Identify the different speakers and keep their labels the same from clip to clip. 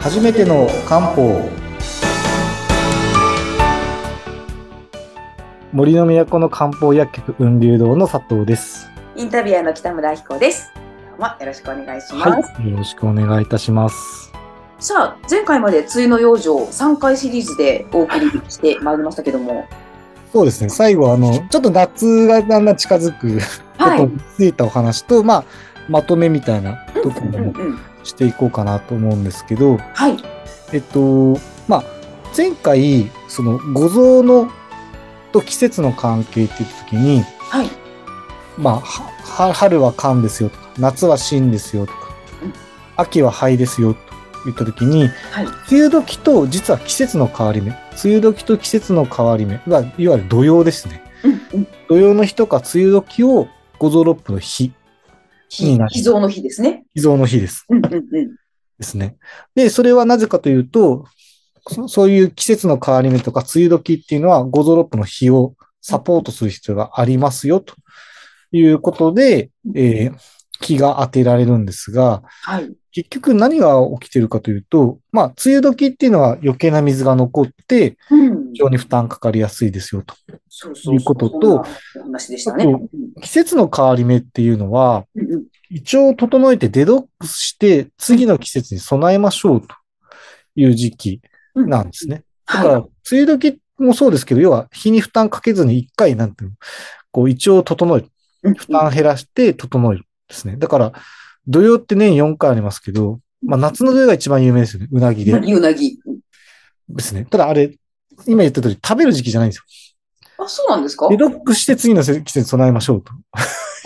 Speaker 1: 初めての漢方森の都の漢方薬局雲流堂の佐藤です
Speaker 2: インタビュアーの北村彦です。どうもよろしくお願いします。
Speaker 1: はいよろしくお願いいたします
Speaker 2: さあ、前回まで梅雨の養生3回シリーズでお送りしてまいりましたけども、
Speaker 1: そうですね最後あのちょっと夏がだんだん近づくこ
Speaker 2: は
Speaker 1: と
Speaker 2: い。
Speaker 1: についたお話と、まあまとめみたいなとこ
Speaker 2: うん
Speaker 1: ろも
Speaker 2: うん。
Speaker 1: していこうかなと思うんですけど、
Speaker 2: はい。
Speaker 1: えっと、まあ、前回、その、五臓の、と季節の関係って言った時に、
Speaker 2: はい。
Speaker 1: まあ、はは春は寒ですよとか、夏は芯ですよとか
Speaker 2: うん、
Speaker 1: 秋は灰ですよと言った時に、
Speaker 2: はい。
Speaker 1: 梅雨時と実は季節の変わり目、梅雨時と季節の変わり目は、いわゆる土曜ですね。
Speaker 2: うんうん。
Speaker 1: 土曜の日とか梅雨時を五臓六腑の日、いい
Speaker 2: 秘
Speaker 1: な
Speaker 2: 秘蔵の日ですね。
Speaker 1: 脾臓の日です。
Speaker 2: うんうんうん。
Speaker 1: ですね。で、それはなぜかというと、そそういう季節の変わり目とか梅雨時っていうのは、ゴゾロップの日をサポートする必要がありますよ、ということで、えー気が当てられるんですが、
Speaker 2: はい。
Speaker 1: 結局何が起きてるかというと、まあ、梅雨時っていうのは余計な水が残って、
Speaker 2: うん
Speaker 1: 非。常に負担かかりやすいですよ、と。
Speaker 2: そう
Speaker 1: ということと、
Speaker 2: そんなお話でしたね。
Speaker 1: あ
Speaker 2: う
Speaker 1: と
Speaker 2: ん
Speaker 1: 季節の変わり目っていうのは、
Speaker 2: うんうん。
Speaker 1: 胃腸を整えてデドックスして、次の季節に備えましょう、という時期
Speaker 2: うん
Speaker 1: なんですね。。だから、
Speaker 2: は
Speaker 1: 梅雨時もそうですけど、要は、日に負担かけずに一回、なんていうの、こう、胃腸を整える。
Speaker 2: い。うん
Speaker 1: 負担減らして整える。ですね。だから、土曜って年4回ありますけど、まあ、夏の土曜が一番有名ですよね。うなぎ
Speaker 2: うな
Speaker 1: で。
Speaker 2: ぎうなぎ。うん
Speaker 1: ですね。ただ、あれ、今言った通り、食べる時期じゃないんですよ。
Speaker 2: あ、そうなんですか
Speaker 1: リロックして次の季節に備えましょうと。い
Speaker 2: あ、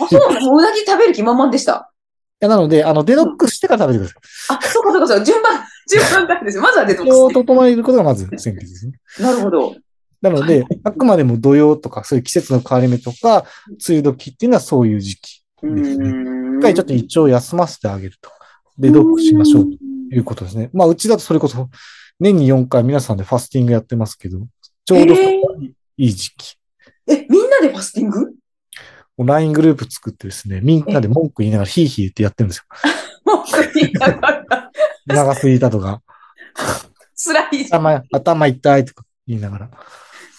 Speaker 2: そうなんです。もううなぎ食べる気満々でした。
Speaker 1: や、なので、あの、デロックスしてから食べてくださ
Speaker 2: あ、そうかそうかそう。順番、 順番なんですよ。まずはデト
Speaker 1: い。
Speaker 2: ッ
Speaker 1: 胃腸を
Speaker 2: ク
Speaker 1: 整えることがまず先決ですね。
Speaker 2: ス。なるほど。
Speaker 1: なので、あくまでも土曜とか、そういう季節の変わり目とか、梅雨時っていうのはそういう時期。
Speaker 2: う
Speaker 1: ですね
Speaker 2: ん
Speaker 1: 一回ちょっと胃腸を休ませてあげると。で、ドックしましょうということですね。まあ、うちだとそれこそ、年に4回皆さんでファスティングやってますけど、ちょうど
Speaker 2: え
Speaker 1: いい時期。
Speaker 2: ーえ、みんなでファスティング
Speaker 1: もう LINE グループ作ってですね、みんなで文句言いながらヒーヒー言ってやってるんですよ。
Speaker 2: もう言いな がら、
Speaker 1: 長すぎたとか、
Speaker 2: 辛い。
Speaker 1: 頭、頭痛いとか言いながら。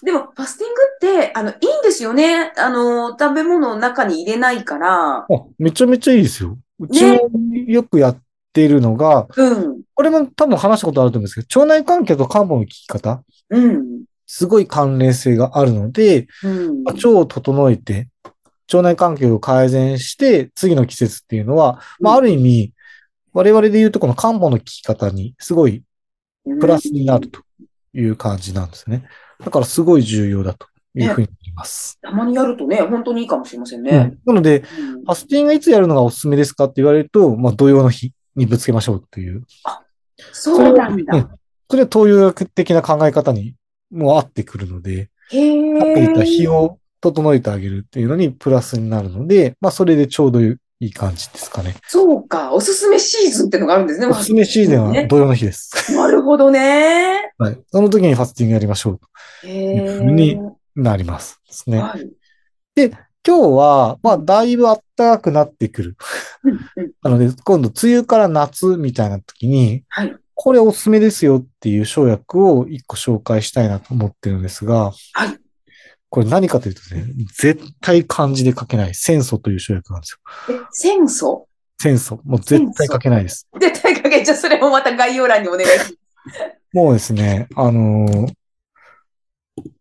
Speaker 2: でも、ファスティングって、あの、いいんですよね。あの、食べ物の中に入れないから。
Speaker 1: あめちゃめちゃいいですよ。うち
Speaker 2: ね
Speaker 1: もよくやってるのが、
Speaker 2: うん。
Speaker 1: これも多分話したことあると思うんですけど、腸内環境と漢方の聞き方、
Speaker 2: うん。
Speaker 1: すごい関連性があるので、
Speaker 2: うん。
Speaker 1: まあ腸を整えて、腸内環境を改善して、次の季節っていうのは、まあ、
Speaker 2: うん
Speaker 1: ある意味、我々で言うとこの漢方の効き方にすごいプラスになるという感じなんですね。だからすごい重要だというふうに思います。
Speaker 2: たまにやるとね、本当にいいかもしれません
Speaker 1: う
Speaker 2: ね。
Speaker 1: んなので、
Speaker 2: うん
Speaker 1: ファスティングいつやるのがおすすめですかって言われると、まあ、土曜の日にぶつけましょうという。
Speaker 2: そうなん
Speaker 1: う
Speaker 2: だ。
Speaker 1: んそれは東洋学的な考え方にも合ってくるので、
Speaker 2: へえ。
Speaker 1: さっき言った日を整えてあげるっていうのにプラスになるので、まあそれでちょうどいい感じですかね。
Speaker 2: そうか。おすすめシーズンってのがあるんですね。
Speaker 1: おすすめシーズンは土曜の日です。
Speaker 2: なるほどね。
Speaker 1: はい。その時にファスティングやりましょう
Speaker 2: へ
Speaker 1: いう
Speaker 2: え
Speaker 1: ふう。になります。ですね。
Speaker 2: はい。
Speaker 1: 今日は、まあだいぶ暖かくなってくる。
Speaker 2: うんうん
Speaker 1: なので、今度梅雨から夏みたいな時に、
Speaker 2: はい
Speaker 1: これおすすめですよっていう生薬を一個紹介したいなと思ってるんですが、
Speaker 2: はい
Speaker 1: これ何かというとね、絶対漢字で書けない、戦争という生薬なんですよ。
Speaker 2: え、戦争
Speaker 1: 戦争。もう絶対書けないです。
Speaker 2: 絶対かけちゃう、それもまた概要欄にお願いします。
Speaker 1: もうですね、あのー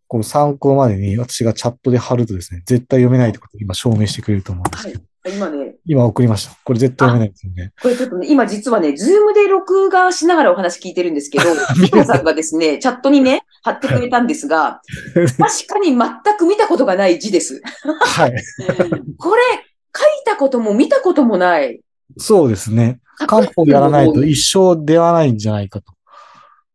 Speaker 1: こう参考までに私がチャットで貼るとですね、絶対読めないってことを今証明してくれると思うんですけど、
Speaker 2: 今ね、
Speaker 1: 今送りました。これ絶対読めないですよね。
Speaker 2: これちょっとね、今実はね、ズームで録画しながらお話聞いてるんで すけど、皆さんがですね、チャットにね、貼ってくれたんですが、確かに全く見たことがない字です。
Speaker 1: はい。
Speaker 2: これ、書いたことも見たこともない。
Speaker 1: そうですね。漢方やらない と一生出はないんじゃないかと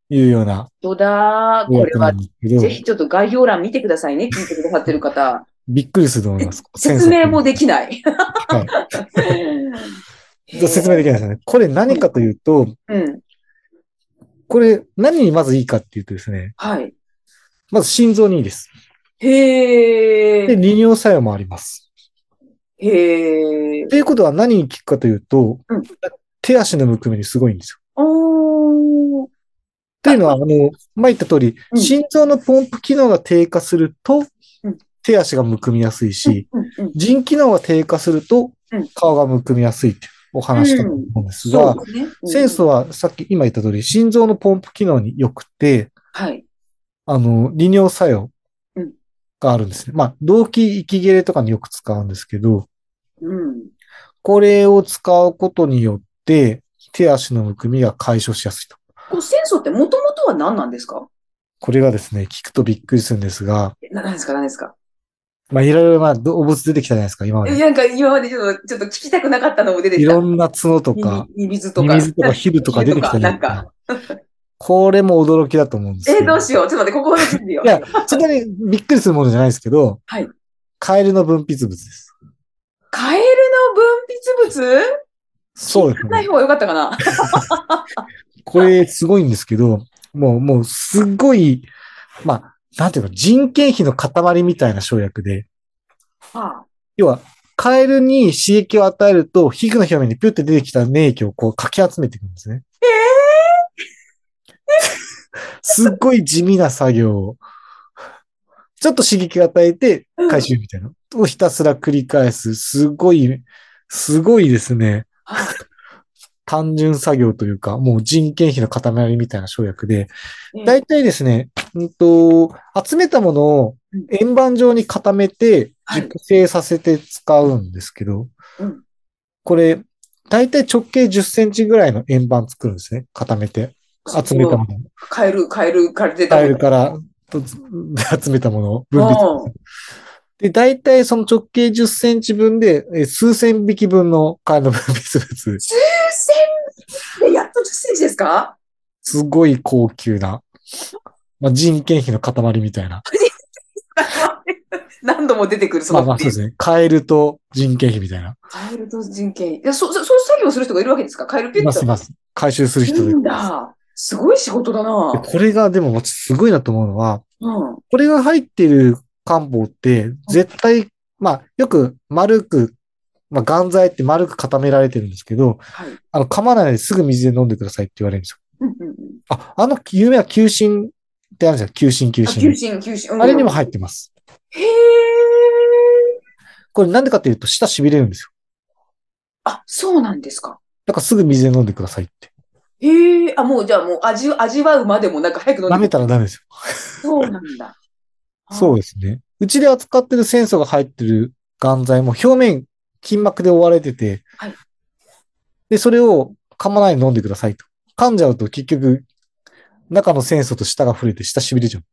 Speaker 1: いうような
Speaker 2: 本当だ。
Speaker 1: 予
Speaker 2: これ
Speaker 1: 約な
Speaker 2: は
Speaker 1: ん、ですけ
Speaker 2: ぜ
Speaker 1: ど、
Speaker 2: ひちょっと概要欄見てくださいね、聞いてくださって る方。
Speaker 1: びっくりすると思います。
Speaker 2: 説明もで
Speaker 1: き
Speaker 2: きない。
Speaker 1: はい説明できないですよね。これ何かというと、
Speaker 2: うん。
Speaker 1: これ何にまずいいかっていうとですね、
Speaker 2: はい。
Speaker 1: まず心臓にいいです。
Speaker 2: へ
Speaker 1: で、
Speaker 2: ー
Speaker 1: 利尿作用もあります。
Speaker 2: へー
Speaker 1: ということは何に効くかというと、
Speaker 2: うん
Speaker 1: 手足のむくみにすごいんですよ。
Speaker 2: おー。
Speaker 1: というのは、あの、前言った通り、
Speaker 2: うん
Speaker 1: 心臓のポンプ機能が低下すると
Speaker 2: うん、
Speaker 1: 手足がむくみやすいし、
Speaker 2: うんうん
Speaker 1: 腎機能が低下すると
Speaker 2: うん、
Speaker 1: 顔がむくみやすいってお話だと思うんですが、
Speaker 2: そうですね。うん
Speaker 1: センスはさっき今言った通り、心臓のポンプ機能に良くて、
Speaker 2: はい。
Speaker 1: あの、利尿作用
Speaker 2: うん
Speaker 1: があるんですね。まあ、動悸、息切れとかによく使うんですけど、
Speaker 2: うん。
Speaker 1: これを使うことによって、手足のむくみが解消しやすいと。
Speaker 2: このセンスってもともとは何なんですか
Speaker 1: これがですね、聞くとびっくりするんですが、
Speaker 2: えな何ですか何ですか
Speaker 1: まあ、いろいろな動物出てきたじゃないですか、今ま
Speaker 2: え
Speaker 1: で。
Speaker 2: なんか今までちょっと、ちょっと聞きたくなかったのも出て
Speaker 1: い
Speaker 2: きた。
Speaker 1: ろんな角とか、
Speaker 2: ミミミズと
Speaker 1: ミ
Speaker 2: か。
Speaker 1: ミズとかヒルとか出てきたじ ゃないです
Speaker 2: なん
Speaker 1: か。これも驚きだと思うんです
Speaker 2: え
Speaker 1: け
Speaker 2: ー、どうしよう。ちょっと待って、ここまで聞いてよ
Speaker 1: い。や、そんなにびっくりするものじゃないですけど、
Speaker 2: はい
Speaker 1: カエルの分泌物です。
Speaker 2: カエルの分泌物
Speaker 1: そうです
Speaker 2: 聞かな
Speaker 1: ね
Speaker 2: い。方が良かった かな。
Speaker 1: これすごいんですけど、もう、もうすっごい、まあ、なんていうか、人件費の塊みたいな生薬で、
Speaker 2: はあ
Speaker 1: 要は、カエルに刺激を与えると、皮膚の表面にピュって出てきた粘液をこうかき集めていくんですね。
Speaker 2: え
Speaker 1: すっごい地味な作業を。ちょっと刺激を与えて
Speaker 2: うん
Speaker 1: 回収みたいな。をひたすら繰り返す。すごい、すごいですね。
Speaker 2: ーは
Speaker 1: 単純作業というか、もう人件費の塊みたいな生薬で、
Speaker 2: あえー
Speaker 1: 大体ですね、うんと、集めたものを
Speaker 2: うん
Speaker 1: 円盤状に固めて
Speaker 2: はい
Speaker 1: 熟成させて使うんですけど、
Speaker 2: うん
Speaker 1: これ、大体直径10センチぐらいの円盤作るんですね。固めて。集めたもの。
Speaker 2: カエル、カエル、カエル出た
Speaker 1: タ
Speaker 2: も
Speaker 1: イ
Speaker 2: の
Speaker 1: ルからと集めたものを分別。で、大体その直径10センチ分で、えー数千匹分のカエルの分泌物。
Speaker 2: うんえやっと10センチですか
Speaker 1: すごい高級な、まあ、人件費の塊みたいな。
Speaker 2: 何度も出てくる、そ
Speaker 1: ま
Speaker 2: の、
Speaker 1: あまあそうですね。カエルと人件費みたいな。
Speaker 2: カエルと人権。いや、そ、そ、そういう作業する人がいるわけですかカエルピ
Speaker 1: い
Speaker 2: ュッ
Speaker 1: ま
Speaker 2: と。
Speaker 1: すいます。回収する
Speaker 2: い
Speaker 1: 人
Speaker 2: る
Speaker 1: で。
Speaker 2: んだ。すごい仕事だな。
Speaker 1: これがでもすごいなと思うのは、
Speaker 2: うん。
Speaker 1: これが入ってる漢方って絶対、まあよく丸く、まあ眼剤って丸く固められてるんですけど、
Speaker 2: はい。
Speaker 1: あの噛まないですぐ水で飲んでくださいって言われるんですよ。
Speaker 2: うんうんうん。
Speaker 1: あ、あの有名な球疹ってあるんですよ。球疹、球
Speaker 2: あ、求
Speaker 1: 疹。
Speaker 2: 心、求心。うん
Speaker 1: あれにも入ってます。
Speaker 2: へえ。
Speaker 1: これなんでかっていうと舌痺れるんですよ。
Speaker 2: あ、そうなんですか。
Speaker 1: だからすぐ水で飲んでくださいって。
Speaker 2: へえ。あ、もうじゃあもう味、味わうまでもなんか早く飲んで
Speaker 1: 舐めたらダメですよ。
Speaker 2: そうなんだ。
Speaker 1: そう
Speaker 2: う。
Speaker 1: ですね。うちで扱ってる酸素が入ってる眼剤も表面、筋膜で覆われてて、
Speaker 2: はい
Speaker 1: で、それを噛まないで飲んでくださいと。噛んじゃうと結局、中の酸素と舌が触れて舌痺れちゃう。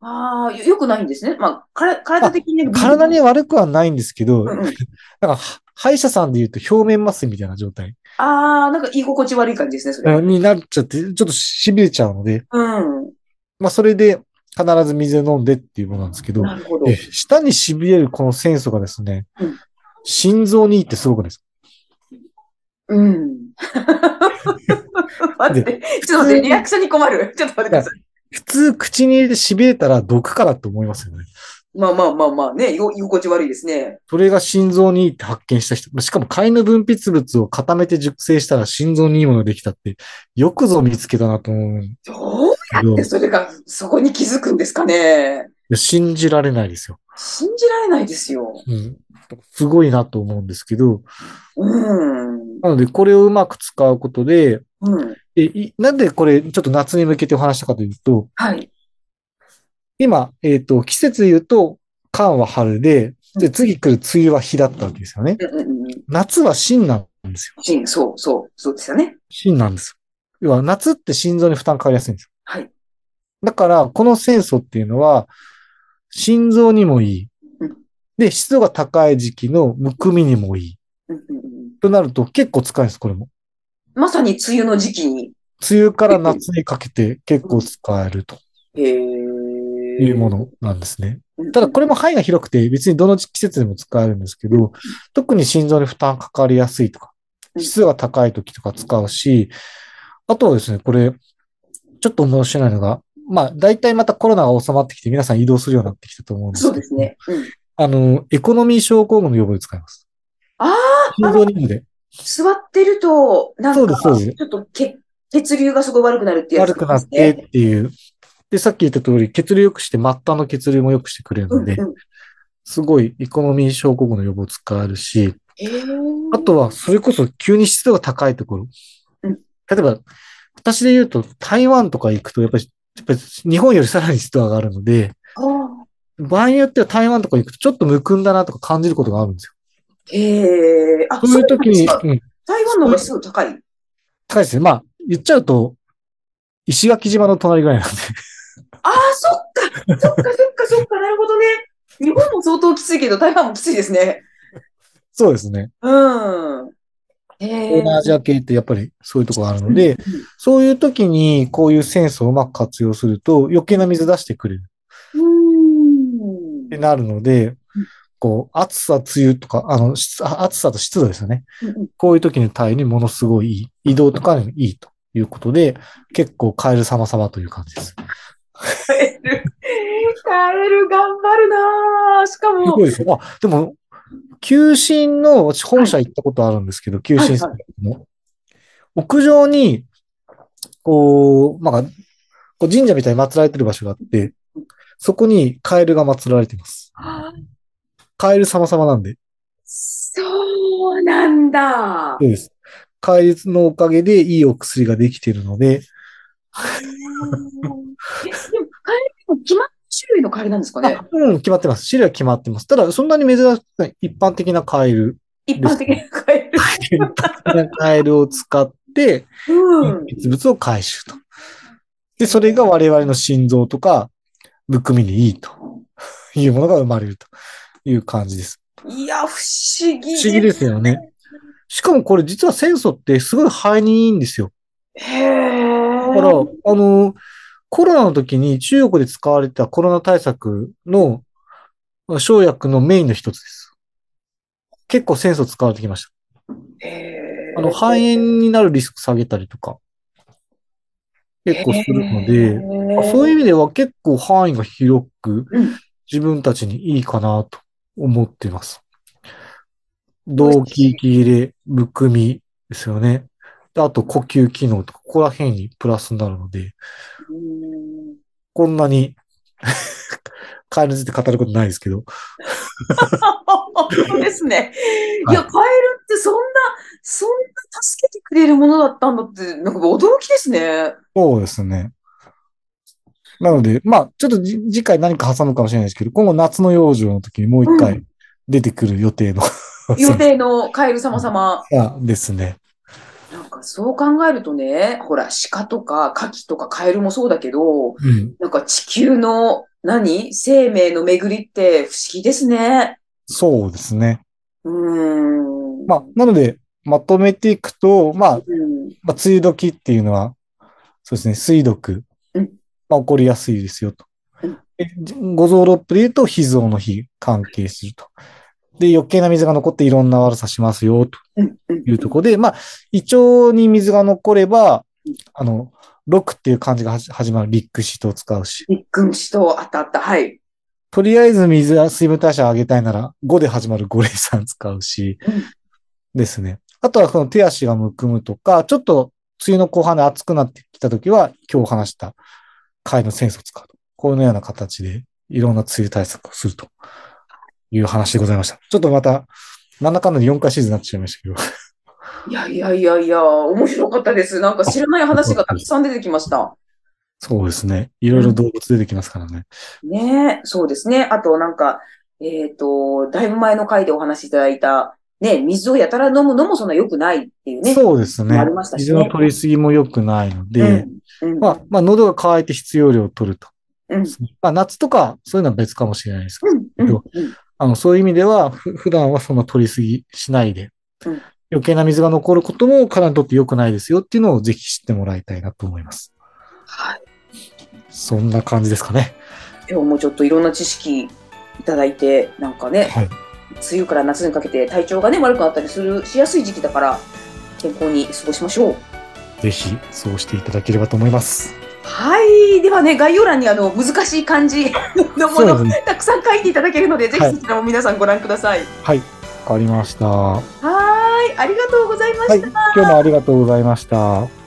Speaker 2: ああ、よよくないんですね。まあ、から体的にね。
Speaker 1: 体に悪くはないんですけど、
Speaker 2: う
Speaker 1: なんん
Speaker 2: うん
Speaker 1: かは歯医者さんで言うと表面麻酔みたいな状態
Speaker 2: ああ、なんか居心地悪い感じですね、それ。
Speaker 1: になっちゃって、ちょっと痺れちゃうので、
Speaker 2: うん。
Speaker 1: まあそれで必ず水で飲んでっていうものなんですけど、
Speaker 2: なるほど。
Speaker 1: え舌に痺れるこの酸素がですね、
Speaker 2: うん
Speaker 1: 心臓にいいってすごくないですか
Speaker 2: うん。 待って、ちょっと待って、リアクションに困る。 ちょっと待ってください。
Speaker 1: 普通口に入れて痺れたら毒からって思いますよね。
Speaker 2: まあまあまあまあね、よ居心地悪いですね。
Speaker 1: それが心臓にいいって発見した人。しかも貝の分泌物を固めて熟成したら心臓にいいものができたって、よくぞ見つけたなと思うん
Speaker 2: どう
Speaker 1: だけど、
Speaker 2: で
Speaker 1: い
Speaker 2: それが、そこに気づくんですかね。
Speaker 1: や信じられないですよ。
Speaker 2: 信じられないですよ。
Speaker 1: うん。すごいなと思うんですけど、
Speaker 2: うん。
Speaker 1: なのでこれをうまく使うことで、
Speaker 2: うん。
Speaker 1: えいなんでこれちょっと夏に向けてお話したかというと、
Speaker 2: はい。
Speaker 1: 今、えっ、と、季節で言うと、寒は春で、で、次来る梅雨は日だったわけですよね。
Speaker 2: うんうんうん。
Speaker 1: 夏は芯なんですよ。
Speaker 2: しそうそう、そうですよね。
Speaker 1: 芯なんですよ。要は夏って心臓に負担かかりやすいんですよ。
Speaker 2: はい。
Speaker 1: だから、この酸素っていうのは、心臓にもいい
Speaker 2: うん。
Speaker 1: で、湿度が高い時期のむくみにもいい。
Speaker 2: うんうんうん
Speaker 1: となると結構使えるんです、これも。
Speaker 2: まさに梅雨の時期に。
Speaker 1: 梅雨から夏にかけて結構使えると
Speaker 2: へえ。
Speaker 1: いうものなんですね。
Speaker 2: の
Speaker 1: ただ、これも範囲が広くて、別にどの季節でも使えるんですけど、特に心臓に負担かかりやすいとか、
Speaker 2: うん
Speaker 1: 湿度が高い時とか使うし、あとはですね、これ、ちょっと面白いのが、まあ、大体またコロナが収まってきて、皆さん移動するようになってきたと思うんですけ
Speaker 2: そ
Speaker 1: ど、
Speaker 2: うですね。うん。
Speaker 1: あの、エコノミー症候群の予防で使います。
Speaker 2: ああ、
Speaker 1: 心臓にいいので。
Speaker 2: 座ってると、なん
Speaker 1: そうで
Speaker 2: か、
Speaker 1: すそうです
Speaker 2: ちょっと血血流がすごい悪くなるってやつ、
Speaker 1: 悪くなってっ。ていう。で、さっき言った通り、血流良くして、末端の血流も良くしてくれる
Speaker 2: う
Speaker 1: の
Speaker 2: ん
Speaker 1: で、
Speaker 2: うん。
Speaker 1: すごいエコノミー症候群の予防使えるし、
Speaker 2: へー
Speaker 1: あとは、それこそ急に湿度が高いところ。
Speaker 2: うん
Speaker 1: 例えば、私で言うと、台湾とか行くと、やっぱり、やっぱり日本よりさらに湿度上がるので、
Speaker 2: あー
Speaker 1: 場合によっては台湾とか行くと、ちょっとむくんだなとか感じることがあるんですよ。
Speaker 2: へえ。あ、
Speaker 1: そういう時に、
Speaker 2: そなんですか
Speaker 1: うん、
Speaker 2: 台湾の方がすぐ高い。
Speaker 1: 高いですね。まあ、言っちゃうと、石垣島の隣ぐらいなんで。
Speaker 2: ああ、そっか、そっか、そっか、そっか、なるほどね。日本も相当きついけど、台湾もきついですね。
Speaker 1: そうですね。
Speaker 2: うん。へ
Speaker 1: 東
Speaker 2: え。
Speaker 1: 南アジア系ってやっぱりそういうところがあるので、そういう時にこういうセンスをうまく活用すると余計な水出してくれる
Speaker 2: うん
Speaker 1: ってなるので、こう、暑さ、梅雨とか、あの、湿あ暑さと湿度ですよね。
Speaker 2: うん
Speaker 1: こういう時の体にものすごいいい。移動とかにもいいということで、結構カエル様様という感じです。す
Speaker 2: カエル、カエル頑張るなーしかも
Speaker 1: ご、いですよ。あ、でも、球審の、私本社行ったことあるんですけど、球審さんの。屋上に、こう、まあ、こう神社みたいに祀られてる場所があって、そこにカエルが祀られてます。
Speaker 2: あー
Speaker 1: カエル様様なんで。
Speaker 2: そうなんだ。
Speaker 1: そうです。カエルのおかげでいいお薬ができているので、
Speaker 2: えでもカエルも決まった種類のカエルなんですかね
Speaker 1: あうん、決まってます。種類は決まってます。ただ、そんなに珍しくない一般的なカエル、
Speaker 2: 一般的なカエル。
Speaker 1: カエルを使って、
Speaker 2: うん。
Speaker 1: 物物を回収と。で、それが我々の心臓とか、むくみにいいというものが生まれるという感じです。
Speaker 2: いや、不思議
Speaker 1: 不
Speaker 2: です
Speaker 1: 思議ですよね。しかもこれ実は清楚ってすごい肺にいいんですよ。
Speaker 2: へえ。
Speaker 1: だから、あの、コロナの時に中国で使われたコロナ対策の生薬のメインの一つです。結構センスを使われてきました。
Speaker 2: へー
Speaker 1: あの、肺炎になるリスク下げたりとか、結構するので、
Speaker 2: へー
Speaker 1: そういう意味では結構範囲が広く
Speaker 2: うん
Speaker 1: 自分たちにいいかなと思ってます。動悸、息切れ、むくみですよね。であと呼吸機能とか、ここら辺にプラスになるので、
Speaker 2: うん
Speaker 1: こんなに カエルについて語ることないですけど、
Speaker 2: 本当ですね。い
Speaker 1: はい
Speaker 2: や、カエルってそんな、そんな助けてくれるものだったんだって、なんか驚きですね。
Speaker 1: そうですね。なので、まあ、ちょっとじ次回何か挟むかもしれないですけど、今後夏の養生の時にもう一
Speaker 2: う
Speaker 1: 回出てくる予定の、
Speaker 2: 予定のカエル様様。
Speaker 1: あですね。
Speaker 2: なんかそう考えるとね、ほら、鹿とかカキとかカエルもそうだけど、
Speaker 1: うん。
Speaker 2: なんか地球の何生命の巡りって不思議ですね。
Speaker 1: そうですね。
Speaker 2: うーん。
Speaker 1: まあ、なので、まとめていくと、まあ、
Speaker 2: うん。
Speaker 1: まあ、梅雨時っていうのは、そうですね、水毒。
Speaker 2: うん
Speaker 1: まあ、起こりやすいですよと
Speaker 2: うん。
Speaker 1: で五臓六腑で言うと、脾臓の日関係すると。で、余計な水が残っていろんな悪さしますよ、と
Speaker 2: うん。うん
Speaker 1: いうところで、まあ、胃腸に水が残れば、あの、六っていう漢字がはじ始まる立句シと使うし、
Speaker 2: 一君子とあったあった。はい。
Speaker 1: とりあえず水は、水分代謝上げたいなら、5で始まる五苓散使うし、
Speaker 2: うん
Speaker 1: ですね。あとはこの手足がむくむとか、ちょっと梅雨の後半で暑くなってきたときは、今日話した貝のセンスを使うと。このような形でいろんな梅雨対策をするという話でございました。ちょっとまた、なんだかんだで4回シーズンになってしまいましたけど。
Speaker 2: いやいやいやいや、面白かったです。なんか知らない話がたくさん出てきました。
Speaker 1: そうですね。いろいろ動物出てきますからね。
Speaker 2: ねえ、そうですね。あとなんか、えっ、と、だいぶ前の回でお話しいただいた、ね、水をやたら飲むのもそんな良くないっていうね。
Speaker 1: そうですね
Speaker 2: ありました。し
Speaker 1: 水
Speaker 2: ね
Speaker 1: の取りすぎも良くないので、
Speaker 2: うん。うん。
Speaker 1: まあ、まあ、喉が渇いて必要量を取ると。
Speaker 2: うん。
Speaker 1: まあ、夏とか、そういうのは別かもしれないですけど
Speaker 2: うん。うん。うん
Speaker 1: あの、そういう意味では、ふ普段はそんな取りすぎしないで
Speaker 2: うん、
Speaker 1: 余計な水が残ることも体にとって良くないですよっていうのをぜひ知ってもらいたいなと思います。
Speaker 2: はい。
Speaker 1: そんな感じですかね。
Speaker 2: 今日もちょっといろんな知識いただいて、なんかね、
Speaker 1: はい。
Speaker 2: 梅雨から夏にかけて体調がね、悪くなったりする、しやすい時期だから、健康に過ごしましょう。
Speaker 1: ぜひ、そうしていただければと思います。
Speaker 2: はい。ではね、概要欄にあの、難しい漢 字のも
Speaker 1: そう
Speaker 2: の
Speaker 1: ですね。
Speaker 2: たくさん書いていただけるので、ぜひ
Speaker 1: はい
Speaker 2: そちらも皆さんご覧ください。
Speaker 1: はい。わかりました。は
Speaker 2: はーい、ありがとうございました。
Speaker 1: い。今日もありがとうございました。